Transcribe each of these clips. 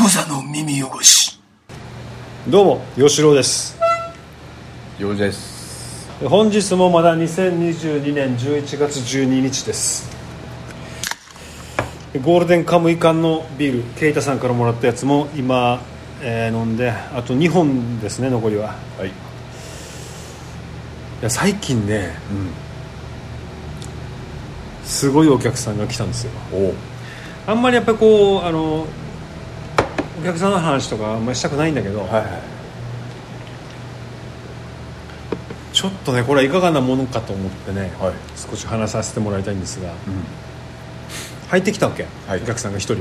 無座の耳汚しどうも吉郎ですようです本日もまだ2022年11月12日ですゴールデンカムイ缶のビールケイタさんからもらったやつも今、えー飲んであと2本ですね残りははいいや最近ね、すごいお客さんが来たんですよおうあんまりやっぱりこうあのお客さんの話とかあんまりしたくないんだけど、はいはいちょっとねこれはいかがなものかと思ってね、はい少し話させてもらいたいんですが、ん入ってきたわけ、はいお客さんが一人、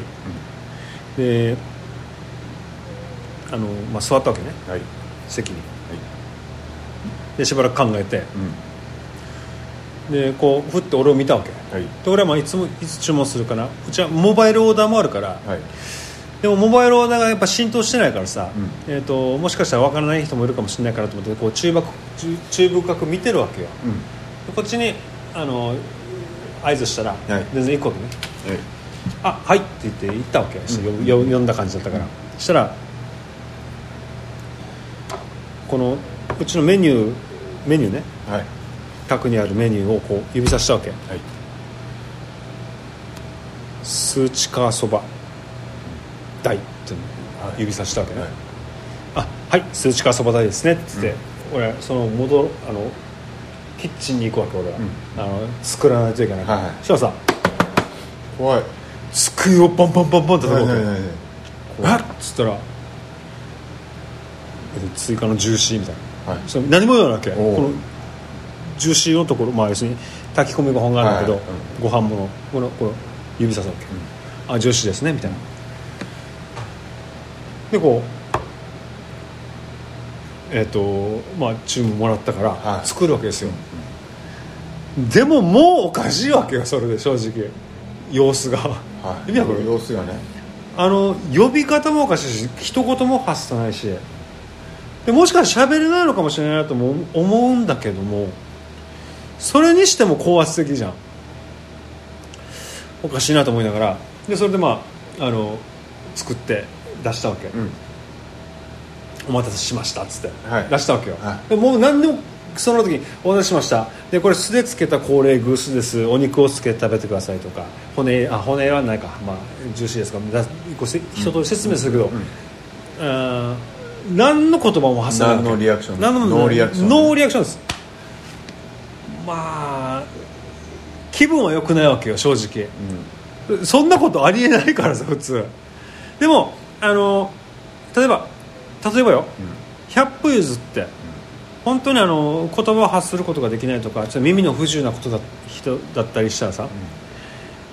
であの、まあ、座ったわけねはい席にはいでしばらく考えてうんでこうふって俺を見たわけではい俺はまあいつもいつ注文するかなうちはモバイルオーダーもあるから、はいでもモバイルオーダーがやっぱ浸透してないからさ、うんえー、ともしかしたら分からない人もいるかもしれないからと思ってこう注目注注目深く見てるわけようんでこっちにあの合図したら、い全然行くわけはねい「あはい」って言って行ったわけよ、うんよよ読んだ感じだったから、そしたらこのうちのメニューメニューねはい卓にあるメニューをこう指さしたわけはい「数値カーそば大」っていうのを指さしたわけね、はいあはい数値化そば台ですねって言って、俺その戻ろあのキッチンに行くわけ俺は、うんあの作らないといけないから、はいはいそしたらさ怖い机をバンバンバンバンっては叩いくはわいけはいえっつったら追加のジューシーみたいな、はいその何も言わないわけこおうのジューシーのところまあ要するに炊き込みご飯があるんだけど、ご飯ものこのこの指さすわけ、あジューシーですねみたいなでこうえっ、とまあ注文もらったから、はい作るわけですよ、でももうおかしいわけよそれで正直様子が、はい意味わかる様子がねあの呼び方もおかしいし一言も発さないしでもしかしたら喋れないのかもしれないなとも思うんだけどもそれにしても高圧的じゃんおかしいなと思いながらでそれでまああの作って出したわけ、んお待たせしましたっつって、はい出したわけよ、はでもう何でもその時にお待たせしましたでこれ酢でつけた高麗グースですお肉をつけて食べてくださいとか骨あ骨はないか、まあ、ジューシーですかだこうせ一通り説明するけど、あー何の言葉も発さないわけ何のリアクション何のノーリアクションノーリアクションですまあ気分は良くないわけよ正直、そんなことありえないからさ普通でもあの例えば例えばよ、百歩譲って、本当にあの言葉を発することができないとかちょっと耳の不自由なことだ人だったりしたらさ、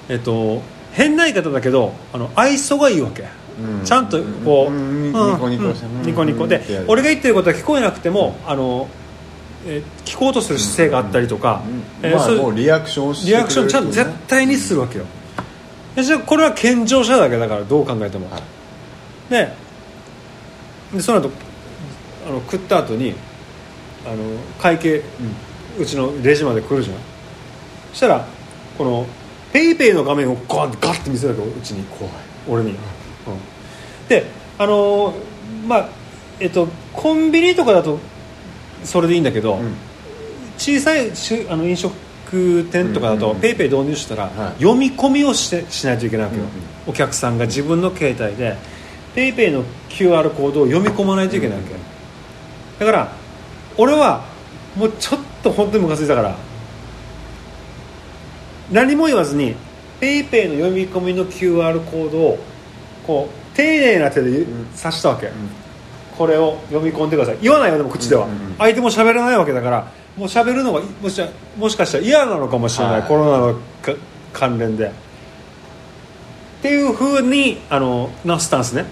えっと変な言い方だけどあの愛想がいいわけ、うんちゃんとこう、うんうんニコニコしてうんニコニコでうんうんってやる俺が言ってることは聞こえなくても、あのえー聞こうとする姿勢があったりとか、えーまあそういうもうリアクションをしてリアクションちゃんとくれる絶ね対にするわけよ、でじゃあこれは健常者だけだからどう考えても、はいででその後あの食った後にあの会計、うちのレジまで来るじゃんそしたらこのペイペイの画面をガーッガッて見せるわけうちに怖い俺に、うん、であのーまあえっとコンビニとかだとそれでいいんだけど、うん小さいしあの飲食店とかだうんとうんうんペイペイ導入したらはい読み込みをしてしないといけないわけよ、うんお客さんが自分の携帯でペイペイの QR コードを読み込まないといけないわけ、うんうんだから俺はもうちょっと本当にムカついたから何も言わずにペイペイの読み込みの QR コードをこう丁寧な手で指んしたわけ、これを読み込んでください言わないよでも口では、うんうんうん相手も喋らないわけだからもう喋るのがもしもしかしたら嫌なのかもしれない、はいコロナのか関連でっていうふうにあのなスタンスね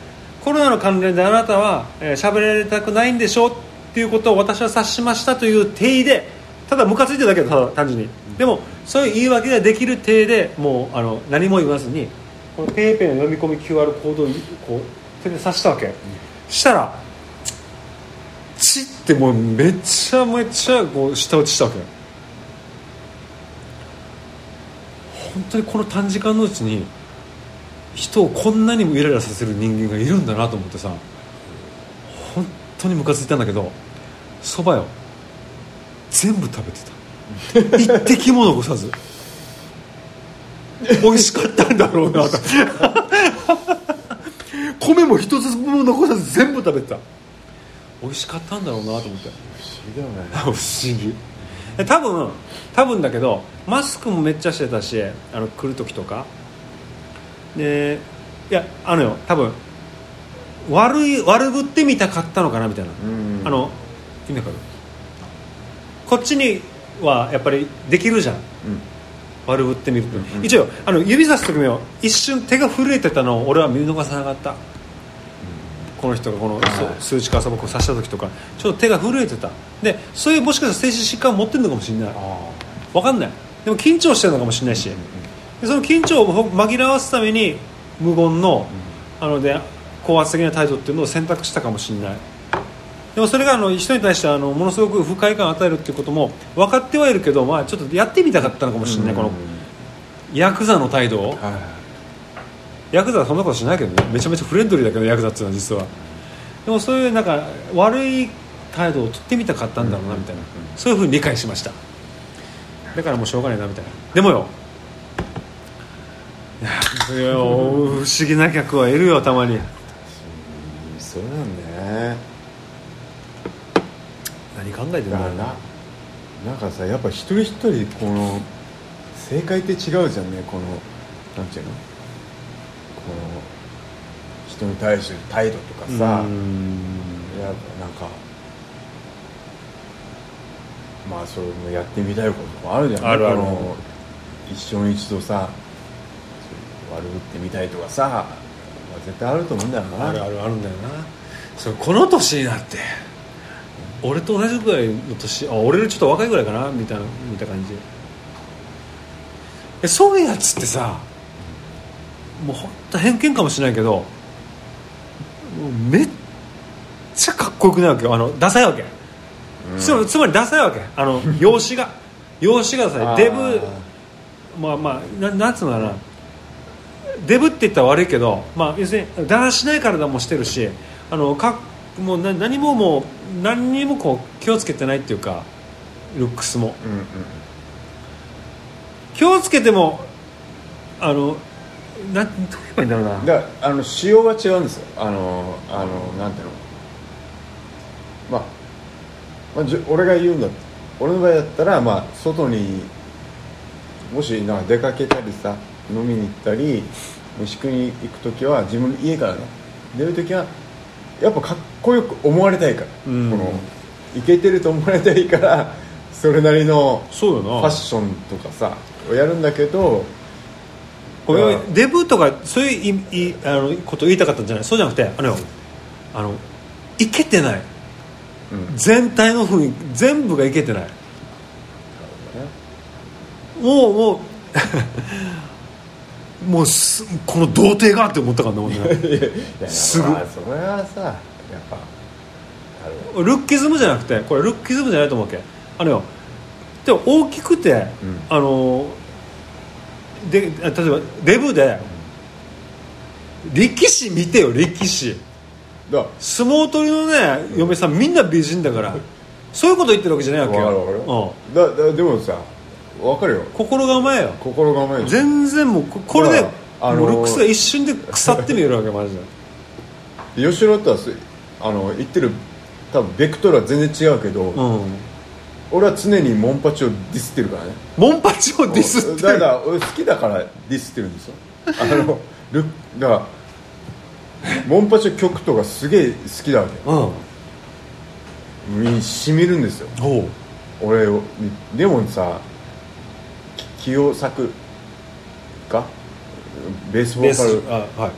コロナの関連であなたは喋、えー、喋られたくないんでしょっていうことを私は察しましたという体でただムカついてるだけだただ単純にでもそういう言い訳ができる体でもうあの何も言わずにこのペイペイの読み込み QR コードをこう手で指したわけ、したらチッてもうめちゃめちゃこう下打ちしたわけ本当にこの短時間のうちに人をこんなにもイライラさせる人間がいるんだなと思ってさ本当にムカついたんだけどそばよ全部食べてた一滴も残さず 美味しかったんだろうなと 米も一つも残さず全部食べてた美味しかったんだろうなと思って議だよね不思議多分多分だけどマスクもめっちゃしてたしあの来る時とかでいやあのよ多分悪い悪ぶってみたかったのかなみたいな、うんあの意味わかるこっちにはやっぱりできるじゃんう悪ぶってみると、うんうん一応あの指さす時もよ一瞬手が震えてたのを俺は見逃さなかった、この人がこの、そうはい数値化朝僕を刺した時とかちょっと手が震えてたでそういうもしかしたら精神疾患を持ってるのかもしれないあわかんないでも緊張してるのかもしれないし、でその緊張を紛らわすために無言の,、あので高圧的な態度っていうのを選択したかもしれないでもそれがあの人に対してあのものすごく不快感を与えるっていうことも分かってはいるけど、まあ、ちょっとやってみたかったのかもしれない、このヤクザの態度をヤクザはそんなことしないけどねめちゃめちゃフレンドリーだけどヤクザっていうのは実はでもそういうなんか悪い態度を取ってみたかったんだろうなみたいな、うんうんうんそういうふうに理解しましただからもうしょうがないなみたいなでもよいやいやお不思議な客はいるよたまにそうなんだね何考えてんだだかろらうなななんかさやっぱ一人一人この正解って違うじゃんねこのなんていうのこの人に対する態度とかさうーんいやなんかまあそれもやってみたいこともあるじゃんあるあるこの一生に一度さ悪ぶってみたいとかさ、まあ、絶対あると思うんだよなあるあるあるんだよなそれこの年になって俺と同じぐらいの年あ俺よりちょっと若いぐらいかなみたいな見た感じえそういうやつってさもうほんと偏見かもしれないけどもうめっちゃかっこよくないわけよあのダサいわけ、うんつまりつまりダサいわけあ の容姿が容姿がダあーサいデブまあまあななんつうのかなデブって言ったら悪いけど、まあ、要するにだらしない体もしてるしあのかもうな何ももう何にもこう気をつけてないっていうかルックスもうんうん気をつけてもあのなんどう言えばいいんだろうなだからあの仕様が違うんですよあのあのなんていうのまあ、まあ、じゅ俺が言うんだ俺の場合だったらまあ外にもしなんか出かけたりさ飲みに行ったり飯食いに行く時は自分の家からね出る時はやっぱかっこよく思われたいから、うんこのイケてると思われたいからそれなりのそうよフなァッションとかさをやるんだけどごめんごめうんんデブとかそういういいあのことを言いたかったんじゃないそうじゃなくてあのよあのいけてないうん全体の雰囲気全部がいけてないもうも うもうすこの童貞がって思ったからね俺ね すぐいやまあそれはさやっぱあるルッキズムじゃなくてこれルッキズムじゃないと思うわけあのよでも大きくて、うんあのであ例えばデブで力士見てよ力士だ相撲取りのね嫁さんみんな美人だからそういうこと言ってるわけじゃないわけわかるよわかる、うだだでもさわかるよん、心構えよ心構え全然もうここれで、ほらあのーもうルックスが一瞬で腐って見えるわけマジで。吉野とはすあの言ってる多分ベクトルは全然違うけど、うん俺は常にモンパチをディスってるからねモンパチをディスってだかるら俺好きだからディスってるんですよあのルッだからモンパチの曲とかすげえ好きだわけうんおにしみるんですよう俺をでもさき清作がベースボベーーカスルあはい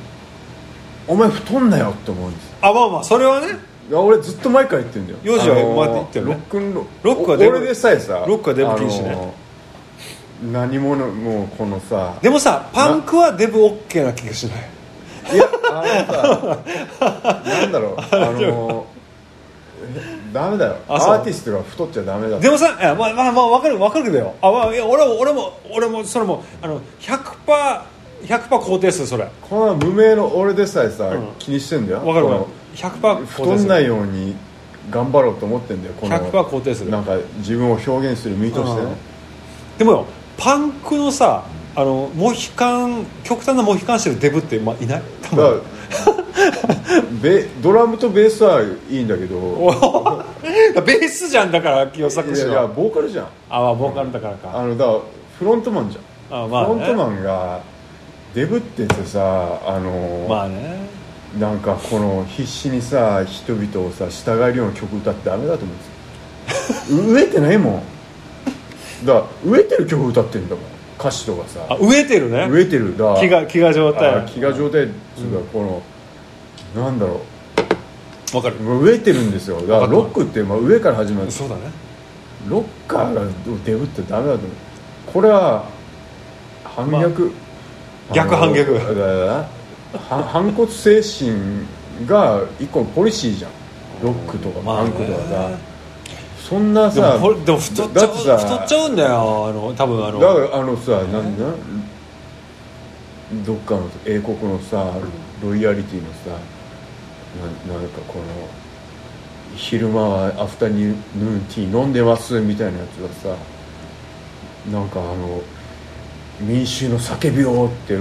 お前太んなよって思うんですあまあまあそれはねいや俺ずっと前から言ってんだよヨウジはあのー前から言ったよねロックンロロックはデブ俺でさえさロックはデブ禁止ねあのー何者もうこのさでもさパンクはデブ OK な気がしないいやあのさなんだろ うあのーえダメだよあそうアーティストが太っちゃダメだでもさいやまあまあまあ分かる分かるけどよあ、まあ、いや俺も俺も俺もそれもあの100% 100%肯定するそれわこの無名の俺でさえさ、うん気にしてんだよかるわこ100%の肯定太すんないるように頑張ろうと思ってんだよこの100%肯定するなんか自分を表現する身としてねでもよパンクのさあのモヒカン極端なモヒカンしてるデブって、まあ、いない多だ分から ベドラムとベースはいいんだけど ベースじゃんだから清作い氏やいやはボーカルじゃんあまあボーカルだからかあのだからフロントマンじゃんあまあねフロントマンがデブっててさあの、まあねなんかこの必死にさ人々をさ従えるような曲歌ってダメだと思うんですよ 飢えてないもんだから飢えてる曲歌ってんだもん歌詞とかさあ飢えてるね飢えてるだ飢餓飢餓状あ態飢餓状態っていうか、このなんだろわかるう飢えてるんですよだからロックってまあ上から始まるそうだねロッカーがデブってダメだと思うこれは反逆、あ逆反逆あのだからは反骨精神が一個のポリシーじゃんロックとかまあパねンクとかさ、そんなでもさこれでも太っちゃうだってさ太っちゃうんだよあの多分あのだからあのさ、なんだどっかの英国のさロイヤリティのさななんかこの昼間はアフタヌーンティー飲んでますみたいなやつがさなんかあの民衆の叫びをって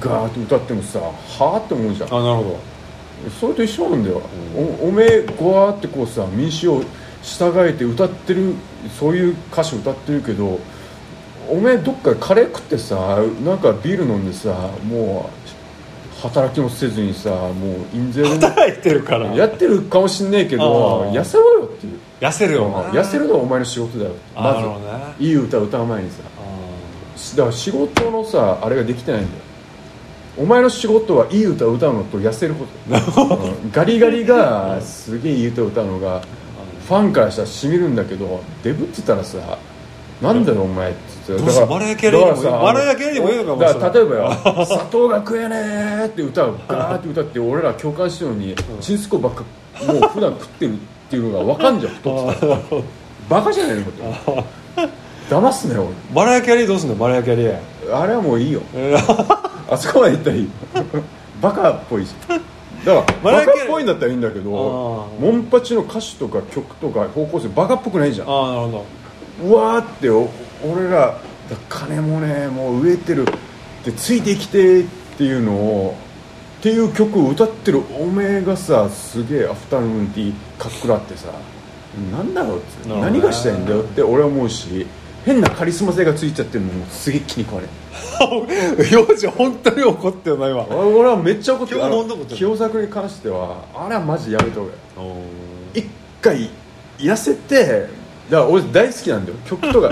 ガーッと歌ってもさはあって思うじゃんあなるほそれと一緒なんだよ、おおめえごわーってこうさ民衆を従えて歌ってるそういう歌詞歌ってるけどおめえどっかでカレー食ってさなんかビール飲んでさもう働きもせずにさもう印税ど働いてるからでやってるかもしんねえけどあー痩せろよっていう痩せるよな痩せるのはお前の仕事だよあなるほまどねずいい歌歌う前にさだから仕事のさあれができてないんだよお前の仕事はいい歌を歌うのと痩せることうんガリガリがすげえいい歌を歌うのがファンからしたらしみるんだけどデブって言ったらさなんだろうお前って言ってどうしたバラエティにもだからさバラエティにもいいのかもしれなだいから例えばよ「砂糖が食えねえ」って歌をガーって歌って俺ら共感してるのにチンスコばっかもう普段食ってるっていうのが分かんじゃん太ってたら バカじゃないのって騙すね俺マラヤキャリーどうすんのマラヤキャリーあれはもう いいよえーあそこまで行ったらいいバカっぽいしだからマライアバカっキャリーぽいんだったらいいんだけどあーモンパチの歌詞とか曲とか方向性バカっぽくないじゃんああなるほどうわーってお俺らだ金もねもう飢えてるでついてきてっていうのをっていう曲を歌ってるおめえがさすげえアフタヌーンティーかっくらってさなんだろうっつってなるほどね何がしたいんだよって俺は思うし変なカリスマ性がついちゃってるのもすげえ気に食われん 幼児本当に怒ってるな今俺はめっちゃ怒ってる今あ日もの飲んだことある清作に関してはあれはマジやめとけ一回痩せてだから俺大好きなんだよ曲 とか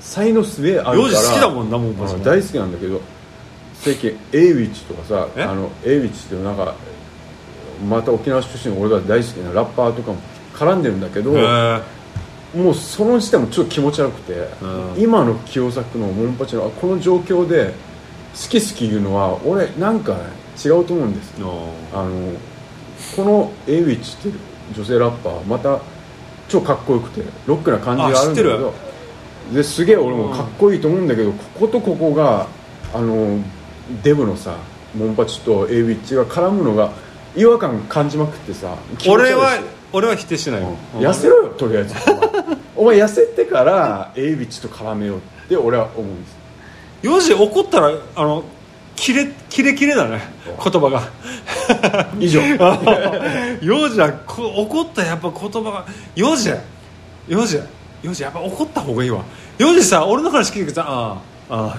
才能すげえあるから幼児好きだもんなもんまあマジで大好きなんだけど最近 a ウィッチとかさえあの a ウィッチっていうなんかまた沖縄出身の俺が大好きなラッパーとかも絡んでるんだけどへーもうその時点もちょっと気持ち悪くて、うん今の清作のモンパチのあこの状況で好き好き言うのは俺なんか違うと思うんですあのこの a ウィッチっていう女性ラッパーまた超かっこよくてロックな感じがあるんだけあ知っどですげえ俺もかっこいいと思うんだけど、こことここがあのデブのさモンパチと a ウィッチが絡むのが違和感感じまくってさ気持ち悪いし俺は俺は否定しないようん痩せろよとりあ えずお前お前痩せてから a ウィッチと絡めようって俺は思うんです幼児怒ったらあのキレキレキレだね言葉が以上 幼児はこ怒ったらやっぱ言葉が幼児幼児幼児やっぱ怒った方がいいわ幼児さ俺の話聞いてくださいあああ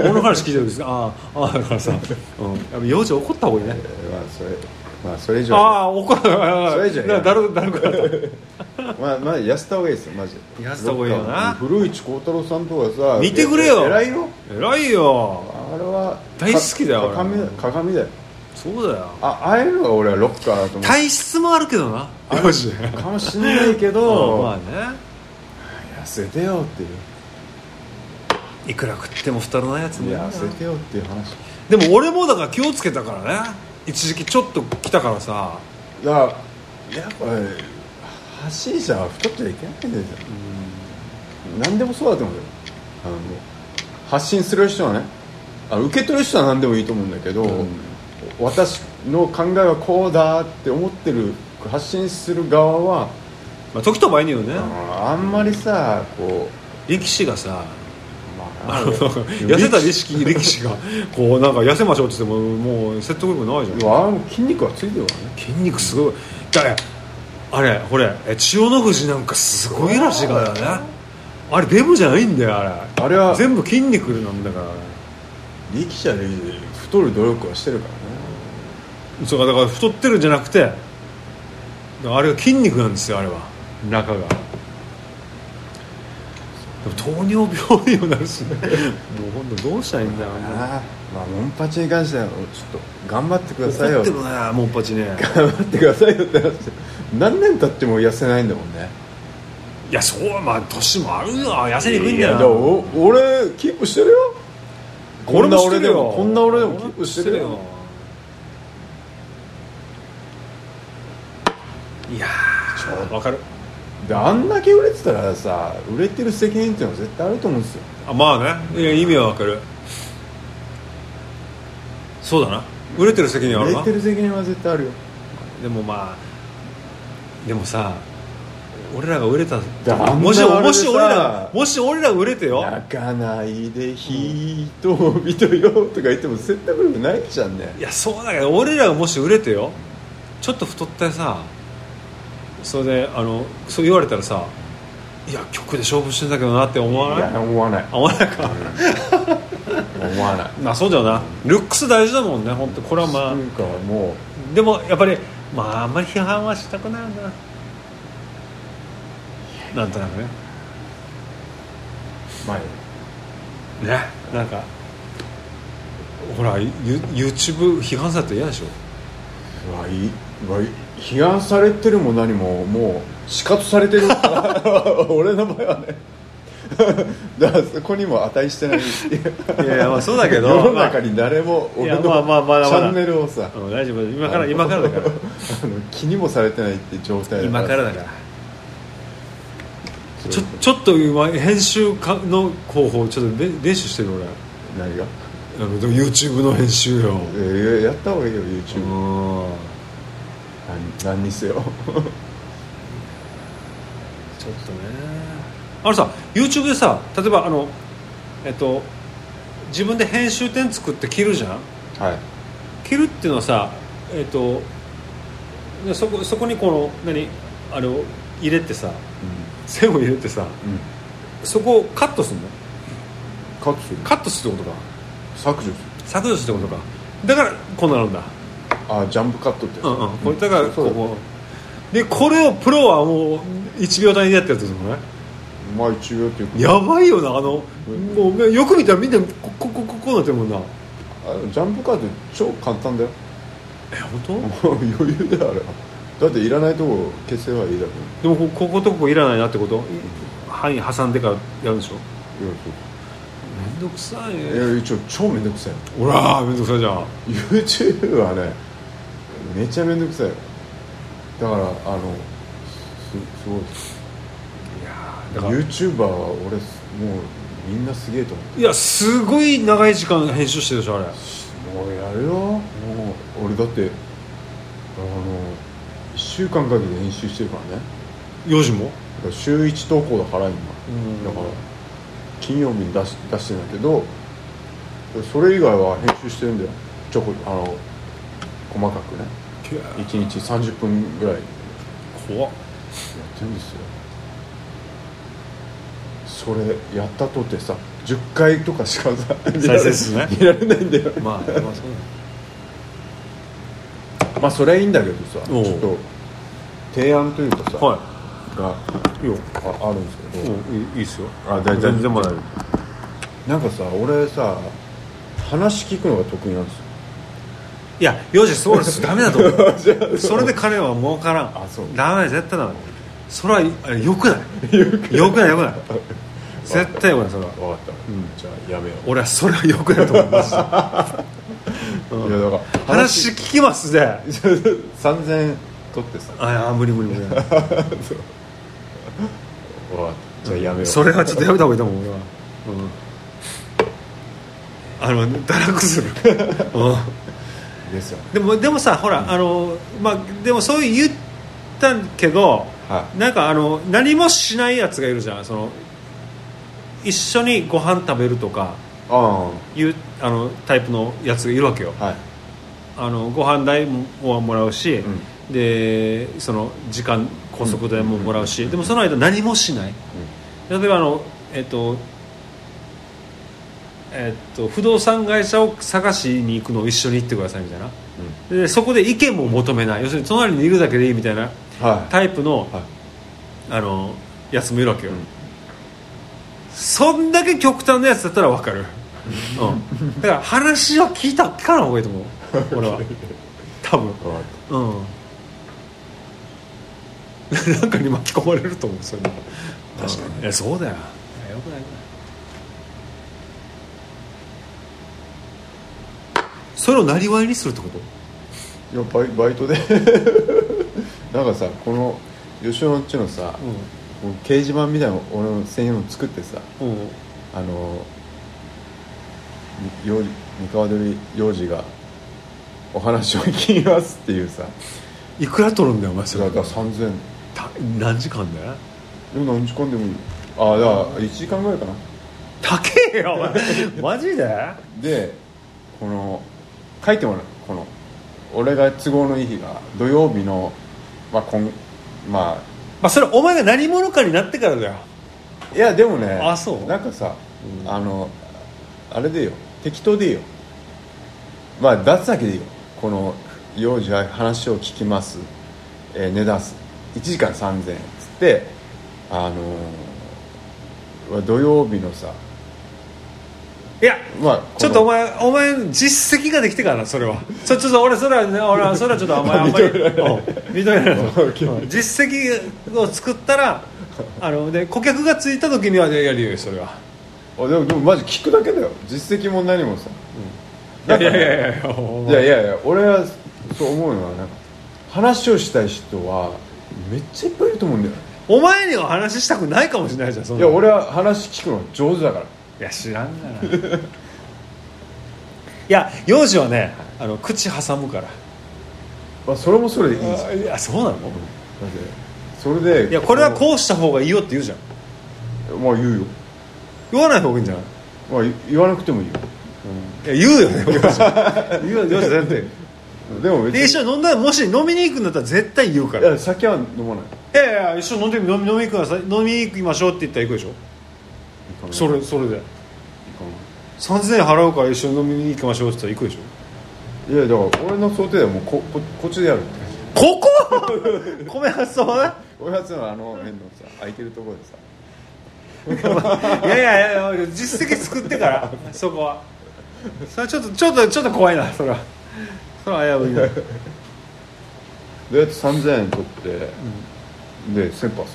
あ俺の話聞いてるんですああああだからさ、うん、やっぱ幼児怒った方がいいねまあそれまあそれ以上ああ怒るああそれじゃだだるだるくなったまあまあ痩せた方がいいですよマジで痩せた方がいいよな古市幸太郎さんとかさ見てくれよ偉いよ偉いよあれは大好きだよか俺鏡だ鏡だよそうだよあああいうのが俺はロッカーだと思体質もあるけどな幼児うかもしんないけど まあね痩せてよっていういくら食っても太らないやつもいるな痩せてよっていう話でも俺もだから気をつけたからね一時期ちょっと来たからさだからやっぱり発信者は太っちゃいけないんですよ何でもそうだと思うよあの発信する人はねあ受け取る人は何でもいいと思うんだけど、うん私の考えはこうだって思ってる発信する側はまあ、時と場合によねあんまりさこ力士がさう、まああの痩せた意識力士がこうなんか痩せましょうって言ってももう説得力ないじゃんうわ筋肉はついてるわね筋肉すごいだからあれこれえ千代の富士なんかすごいらしいからねあれデブじゃないんだよあれあれは全部筋肉なんだから力士は力士で太る努力はしてるからねそうかだから太ってるんじゃなくてだからあれが筋肉なんですよあれは中がでも糖尿病 にもなるしねもう本当どうしたらいいんだろうねあーまあモンパチに関してはちょっと頑張ってください怒よってるねモンパチ ね頑張ってくださいよって話何年経っても痩せないんだもんねいやそうまあ年もあるよ痩せにくいんいだやよでもお俺キープしてるよこんな俺でもこんな俺でもキープしてるよいやちょっーわかるであんだけ売れてたらさ売れてる責任っていうのは絶対あると思うんですよあまあねいや意味はわかるそうだな売れてる責任はあ売るれなてる責任は絶対あるよでもまあでもさ俺らが売れただからあんなもしあれでさもし俺らもし俺ら売れてよ泣かないで人々よとか言っても説得力ないじゃんねいやそうだけど俺らがもし売れてよちょっと太ってさそれであのそう言われたらさいや曲で勝負してんだけどなって思わいないや思わない思わないか思わないまあそうだよなルックス大事だもんね本当これはまなんかもあでもやっぱりまああんまり批判はしたくないよななんとなくねうまあねなんかほらユ YouTube 批判されたら嫌でしょうわいいうわい批判されてるも何ももう死活されてる 俺の場合はね だからそこにも値してないっていういやいやまあそうだ けど世の中に誰もい俺やのチまあまあまだまだャンネルをさあの大丈夫今から今からだからあの気にもされてないって状態 今からだからそうちょちょっと今編集かの方法ちょっとれ練習してる俺何が、あのでも YouTube の編集よえーやった方がいいよう YouTube、ん何何にせよ ちょっとねあのさ YouTube でさ例えばあのえっと自分で編集点作って切るじゃんはい切るっていうのはさえっとでそこそこにこの何あれを入れてさ線を入れてさうん、うん、そこをカットするのカットするカットするってことか削除する削除するってことかだからこうなるんだあジャンプカットってやつうんうんこれだからそうそこうこでこれをプロはもう1秒単位でやってるってことねまあ一応っていうかやばいよなあの、うんもうよく見たらみんなこここここうなってるもんなあジャンプカット超簡単だよえ本当、余裕だよあれはだっていらないとこ消せばいいだろでもここことここいらないなってこと範囲挟んでからやるんでしょいやめんどくさそういいねや一応超めんどくさいよほらめんどくさいじゃん YouTube はねめちゃめんどくさいよだからあのすすごいですだから YouTuber は俺すもうみんなすげえと思っていやすごい長い時間編集してるでしょあれもうやるよもう俺だってあの1週間かけて編集してるからね4時もだから週1投稿だから今うんだから金曜日に出し出してんだけどそれ以外は編集してるんだよちょこあの細かくねいや1日30分ぐらいや怖っってるんですよそれやったとてさ10回とかしかさ見ら再れ生数ね見られないんだよまあまあそうだねまあそれはいいんだけどさちおうょっと提案というかさ、はがいいいよああるんですけど、うんいいいいっすよあ大丈夫全然まだなんかさ俺さ話聞くのが得意なんですよいや4時そうですダメだと思うそれで金は儲からんあそうダメ絶対ダメそれはあれよくないよくないよくない絶対よくないそれは分かった、じゃあやめよ俺はそれはよくないと思いますう、いやだから話聞きますであ3000取ってさいや無理無理無理わかったじゃあやめようそれはちょっとやめた方がいいと思う俺は、うんあの堕落する、うですよねん、でもでもさほら、あのまあでもそう言ったけどはなんかあの何もしないやつがいるじゃんその一緒にご飯食べるとかいあいうあのタイプのやつがいるわけよあはいあのご飯代もはもらうし、うでその時間拘束代ももらうし、うんでもその間何もしない例えばあのえっとえっと不動産会社を探しに行くのを一緒に行ってくださいみたいなうんうんでそこで意見も求めない要するに隣にいるだけでいいみたいなはいタイプのはいあのやつもいるわけよ、うんそんだけ極端なやつだったらわかる、うん、だから話を聞いた聞かない方がいいと思う俺 は多分分かっうんなんかに巻き込まれると思うそれ確確かにえそうだよいやよくないよくないそれをなりわいにするってことたいやバイバイトでなんかさこの吉野っちのさ、もう掲示板みたいなの俺の専用の作ってさうんうんあの幼児三河鳥幼児がお話を聞きますっていうさいくら取るんだよお前そそれれだから3000円た何時間だよでも何時間でもいいああだから1時間ぐらいかな高えよ お前マジででこの書いてもらうこの俺が都合のいい日が土曜日のまあ今ままあそれお前が何者かになってからだよあいやでもねあそうなんかさ、うんあのあれでいいよ適当でいいよまあ出すだけでいいよこの幼児は話を聞きます、えー、値段す1時間3000円っつってあのー土曜日のさいやまあこのちょっとお前お前実績ができてからなそれはちょちょっと俺それはね俺はそれはちょっとあんまりあんまりうん 認めら れないうん実績を作ったらあので顧客がついた時にはやるよそれはあでもでもマジ聞くだけだよ実績も何もさ、いやいやいやいやおいや前いやいや俺はそう思うのはなんか話をしたい人はめっちゃいっぱいいると思うんだよねお前には話したくないかもしれないじゃんそんいなやの俺は話聞くの上手だからいや知らんがないや幼児はねあの口挟むからまあそれもそれでいいじゃんだっていやそうなのそれでいやこれはこうした方がいいよって言うじゃんうまあ言うよ、言わない方がいいんじゃないまあ、言言わなくてもいいよ、いや言うよね 幼児言うよね幼児だってでも別でに一緒に飲んだらもし飲みに行くんだったら絶対言うかいらいや酒は飲まないやいや一緒に飲んでみ飲み飲み行くなさい飲みに行きましょうって言ったら行くでしょ行かないそれそれで3000円払うから一緒に飲みに行きましょうって言ったら行くでしょいやだから俺の想定ではもうこここっちでやるって感じこ こごめんなさ俺はそのあの辺のさ空いてるところでさいいやいやいや実績作ってからそこはそれはちょっとちょっとちょっと怖いなそれはそれは危ういなどうやって3000円取って、で先輩さ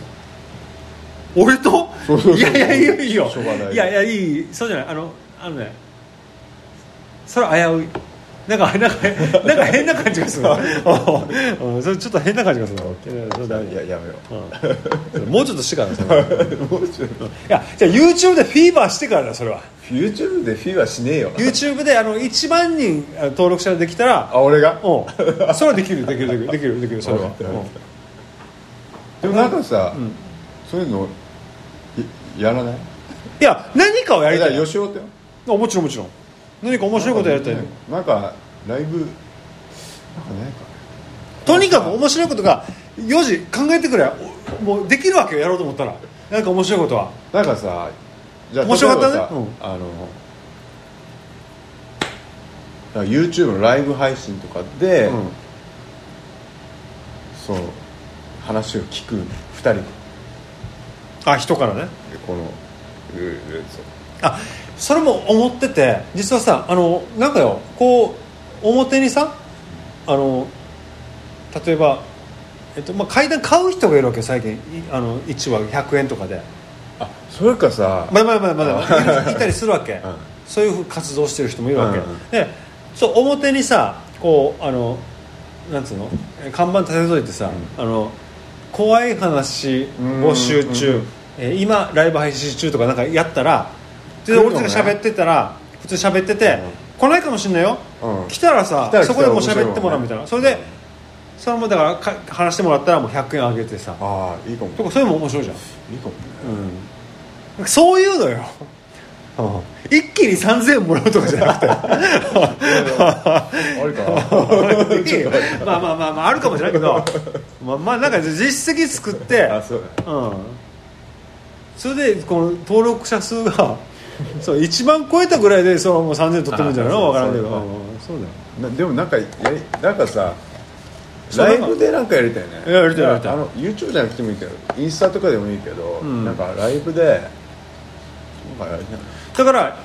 俺 とそうそうそういやいやいいよいいよしょうがないいやいやいいそうじゃないあのあのねそれは危ういなんかなんかなんか変な感じがす るうんうんそれちょっと変な感じがするいやいやそれダメいややめようんもうちょっとしてからだそれはいう もうちょっとやじゃあ YouTube でフィーバーしてからだそれは YouTube でフィーはしねえよ YouTube であの1万人あの登録者ができたらあ俺がうんそれはできるできるできるできるできるそれ はわかったうんわかでもなんかさ、んそういうのややらないいや何かをやりだたかいらよ吉尾ってよもちろんもちろん何か面白いことやりたいなんかライブなんかないかとにかく面白いことが4時考えてくれおもうできるわけよやろうと思ったらなんか面白いことはなんかさじゃあ面白かったね例えばさうんあのなんか YouTube のライブ配信とかで、うんそう話を聞く2人であ人からねこのううそうあそれも思ってて実はさあのなんかよこう表にさあの例えば、えっとまあ、階段買う人がいるわけよ最近いあの1話100円とかであそれかさ、まだまだまだ まだいるいたりするわうけ、んそういう活動してる人もいるわけ、うんうんでそう表にさこうあのなんつうのえ看板立てといてさ、あの怖い話募集中、うんうんうんえー今ライブ配信中とかなんかやったらで来るの俺ねたちが喋ってたら普通喋ってて、来ないかもしんないようん来たらさ来たら来たらそこでもう喋ってもらうみたいな、面そ白れいもんねでそれもだからか話してもらったらもう100円あげてさああいいかもとかそういうのも面白いじゃんいいかもねうん、そういうのよ一気に3000円もらうとかじゃなく てあるか なちょっとまあまあまあ、まあ、あるかもしれないけどまあまあなんか実績作ってあそうだうんそれでこの登録者数 がそう1万超えたぐらいでそのもう3000円取ってもいいんじゃないのあ分からんけどそううんそうだよなでもなんかやりなんかさそうライブでなんかやりたいねやりたいやりたいあの YouTube じゃなくてもいいけどインスタとかでもいいけど、んなんかライブでなんかやりたいなだから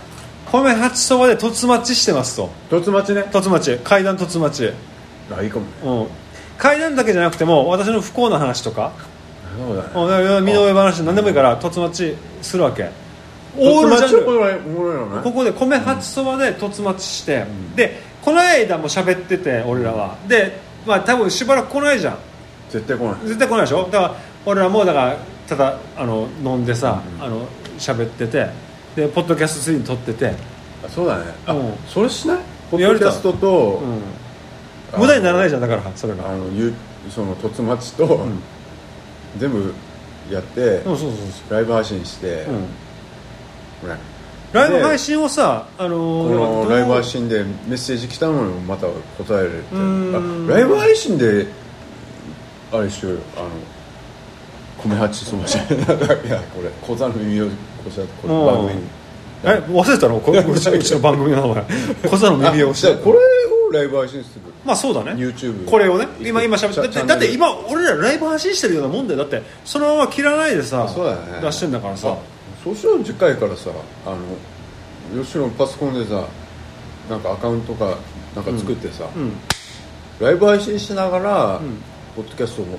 米八そばで凸待ちしてますと凸待ちね凸待ち階段凸待ち、あいいかもねうん、階段だけじゃなくても私の不幸な話とかそうだねもうだから身の上話何でもいいからとつまちするわけオールジャン凸待ちのこルとがおもろいのねここで米八そばでとつまちして、でこの間も喋ってて俺らはでまあ多分しばらく来ないじゃん絶対来ない絶対来ないでしょだから俺らもだからただあの飲んでさ、あの喋っててでポッドキャスト3に撮ってて、あそうだねあ、うんそれしないポッやドりキたいャストと、うん、あの無駄にならないじゃんだからそれがあのゆその凸待ちと、ん全部やって、うんそうそうそライブ配信して、う、うん、ほらライブ配信をさあのこーどのうライブ配信でメッセージ来たのにもまた答えれてうーんあライブ配信であれしようよあの米八そばじゃないいやこれ小座の耳をこしらこれうん番組にえ忘れ たのこれうちうちの番組の名前小沢の耳をあじゃあこれをライブ配信するまあそうだね YouTube これをね今今しゃべってだっチてャだってチャンネ今俺らライブ配信してるようなもんでだってそのまま切らないでさルそうだね出してんだからさあそうしよう次回からさあの吉野パソコンでさなんかアカウントかなんか作ってさ、うんライブ配信しながら、んポッドキャストも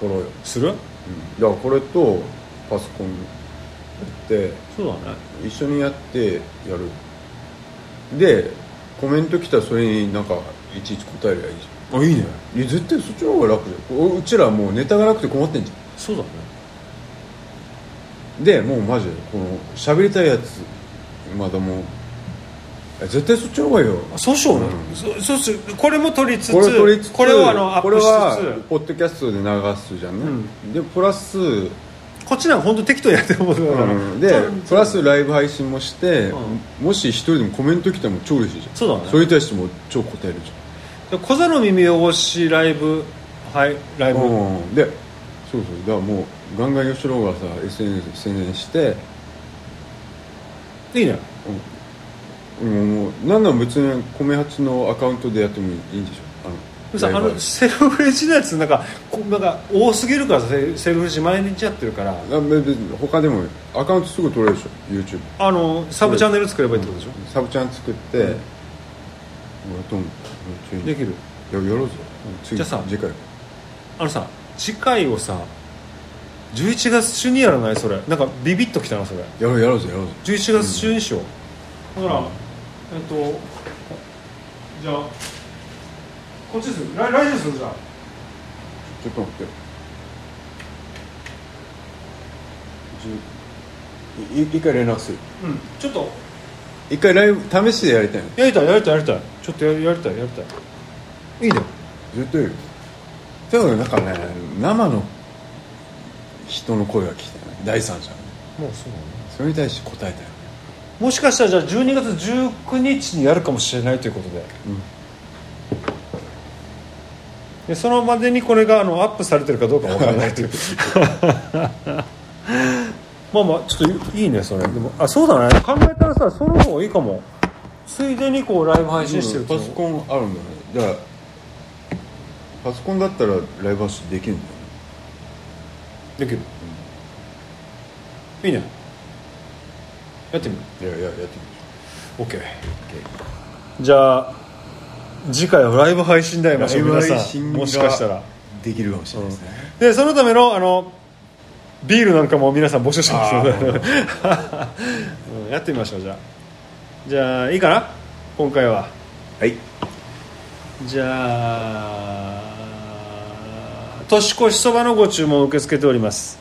撮ろうよするだからこれとパソコンやってそうだね一緒にやってやるでコメント来たらそれになんかいちいち答えりゃいいじあいいねゃんいや絶対そっちの方が楽じゃんおうちらもうネタがなくて困ってんじそうだねゃんでもうマジでこの喋りたいやつまだもうえ絶対そっちの方がいいよあそうしようねうそそうすこれも取りつつこれ撮りつつこれをあのアッこれプはしポッドキャストで流すじゃんね、でプラス、うつつこっちなんか本当適当にやってるもんだから、ん、でそうプラスライブ配信もして、うんもし一人でもコメント来たらもう超嬉しいじゃんそうだねそれに対しても超答えるじで小座の耳汚しライブはいライゃん、ブ、うん、でそうそうだからもうガンガン吉郎がさ SNS で宣伝して、いいねうん、もうなんなら別に米八のアカウントでやってもいいんでしょあのさあライブのセルフレジのやつなんかこなんか多すぎるからさセセルフレジ毎日やってるからあ別に他でもアカウントすぐ取れるでしょ YouTube あのサブチャンネル作ればいいってことでしょ、サブチャン作って、俺ともめっちゃいいできるいややろうぞ、次じゃあさ次回あのさ次回をさ11月中にやらないそれなんかビビッときたなそれやろうやろうぜやろうぜ11月中にしよう、だから、えっとじゃあこっちでする来来週するじゃんちょっと待ってよじゅい一回連絡するうんちょっと一回ライブ試しでやりたいのやりたいやりたいやりたいちょっとややりたいやりたいいいねずっといるでもなんかね生の人の声が聞きたいね第三者のもうそうだねそれに対して答えたいねもしかしたらじゃあ12月19日にやるかもしれないということで,、んでそのまでにこれがあのアップされてるかどうかわからな いというまあまあちょっといいねそれでもあそうだね考えたらさその方がいいかもついでにこうライブ配信してるとパソコンあるんだねじゃあパソコンだったらライブ配信できるんだよねできる、いいねやってみるいやいややってみまし OK じゃあ次回はライブ配信で会いましょうライブ皆配さん信がもしかしたらょうできるかもしれないですね、でそのためのあのビールなんかも皆さん募集してますので、 うんやってみましょうじゃあじゃあいいかな今回ははいじゃあ年越しそばのご注文を受け付けております、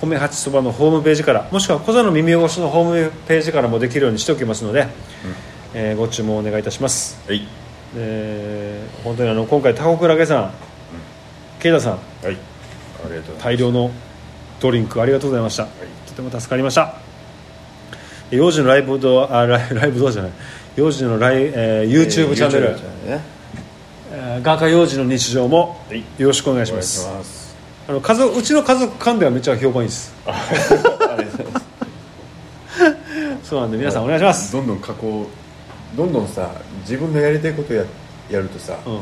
米米八そばのホームページからもしくは小座の耳汚しのホームページからもできるようにしておきますので、えーご注文お願いいたします、はいえー本当にあの今回タコクラゲさん慶太さんはいありがとうござい大量のドリンクありがとうございました、とても助かりましたえ幼児のライブドアあライライブドアじゃない幼児のライ、えー、ます YouTube チャンネ YouTube ル、ねえー画家幼児の日常もはいよろしくお願いおし願まいしすますあの家族うちの家族間ではめっちゃ評判いいです そうなんで皆さんお願いします、どんどん加工どんどんさ自分のやりたいことややるとさ、う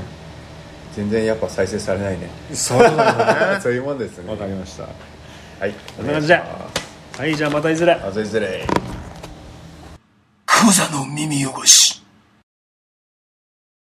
全然やっぱ再生されないねん、そう だそういうもんですねわかりましたはいこんな感じではいじゃあまたいずれあずいずれクザの耳汚し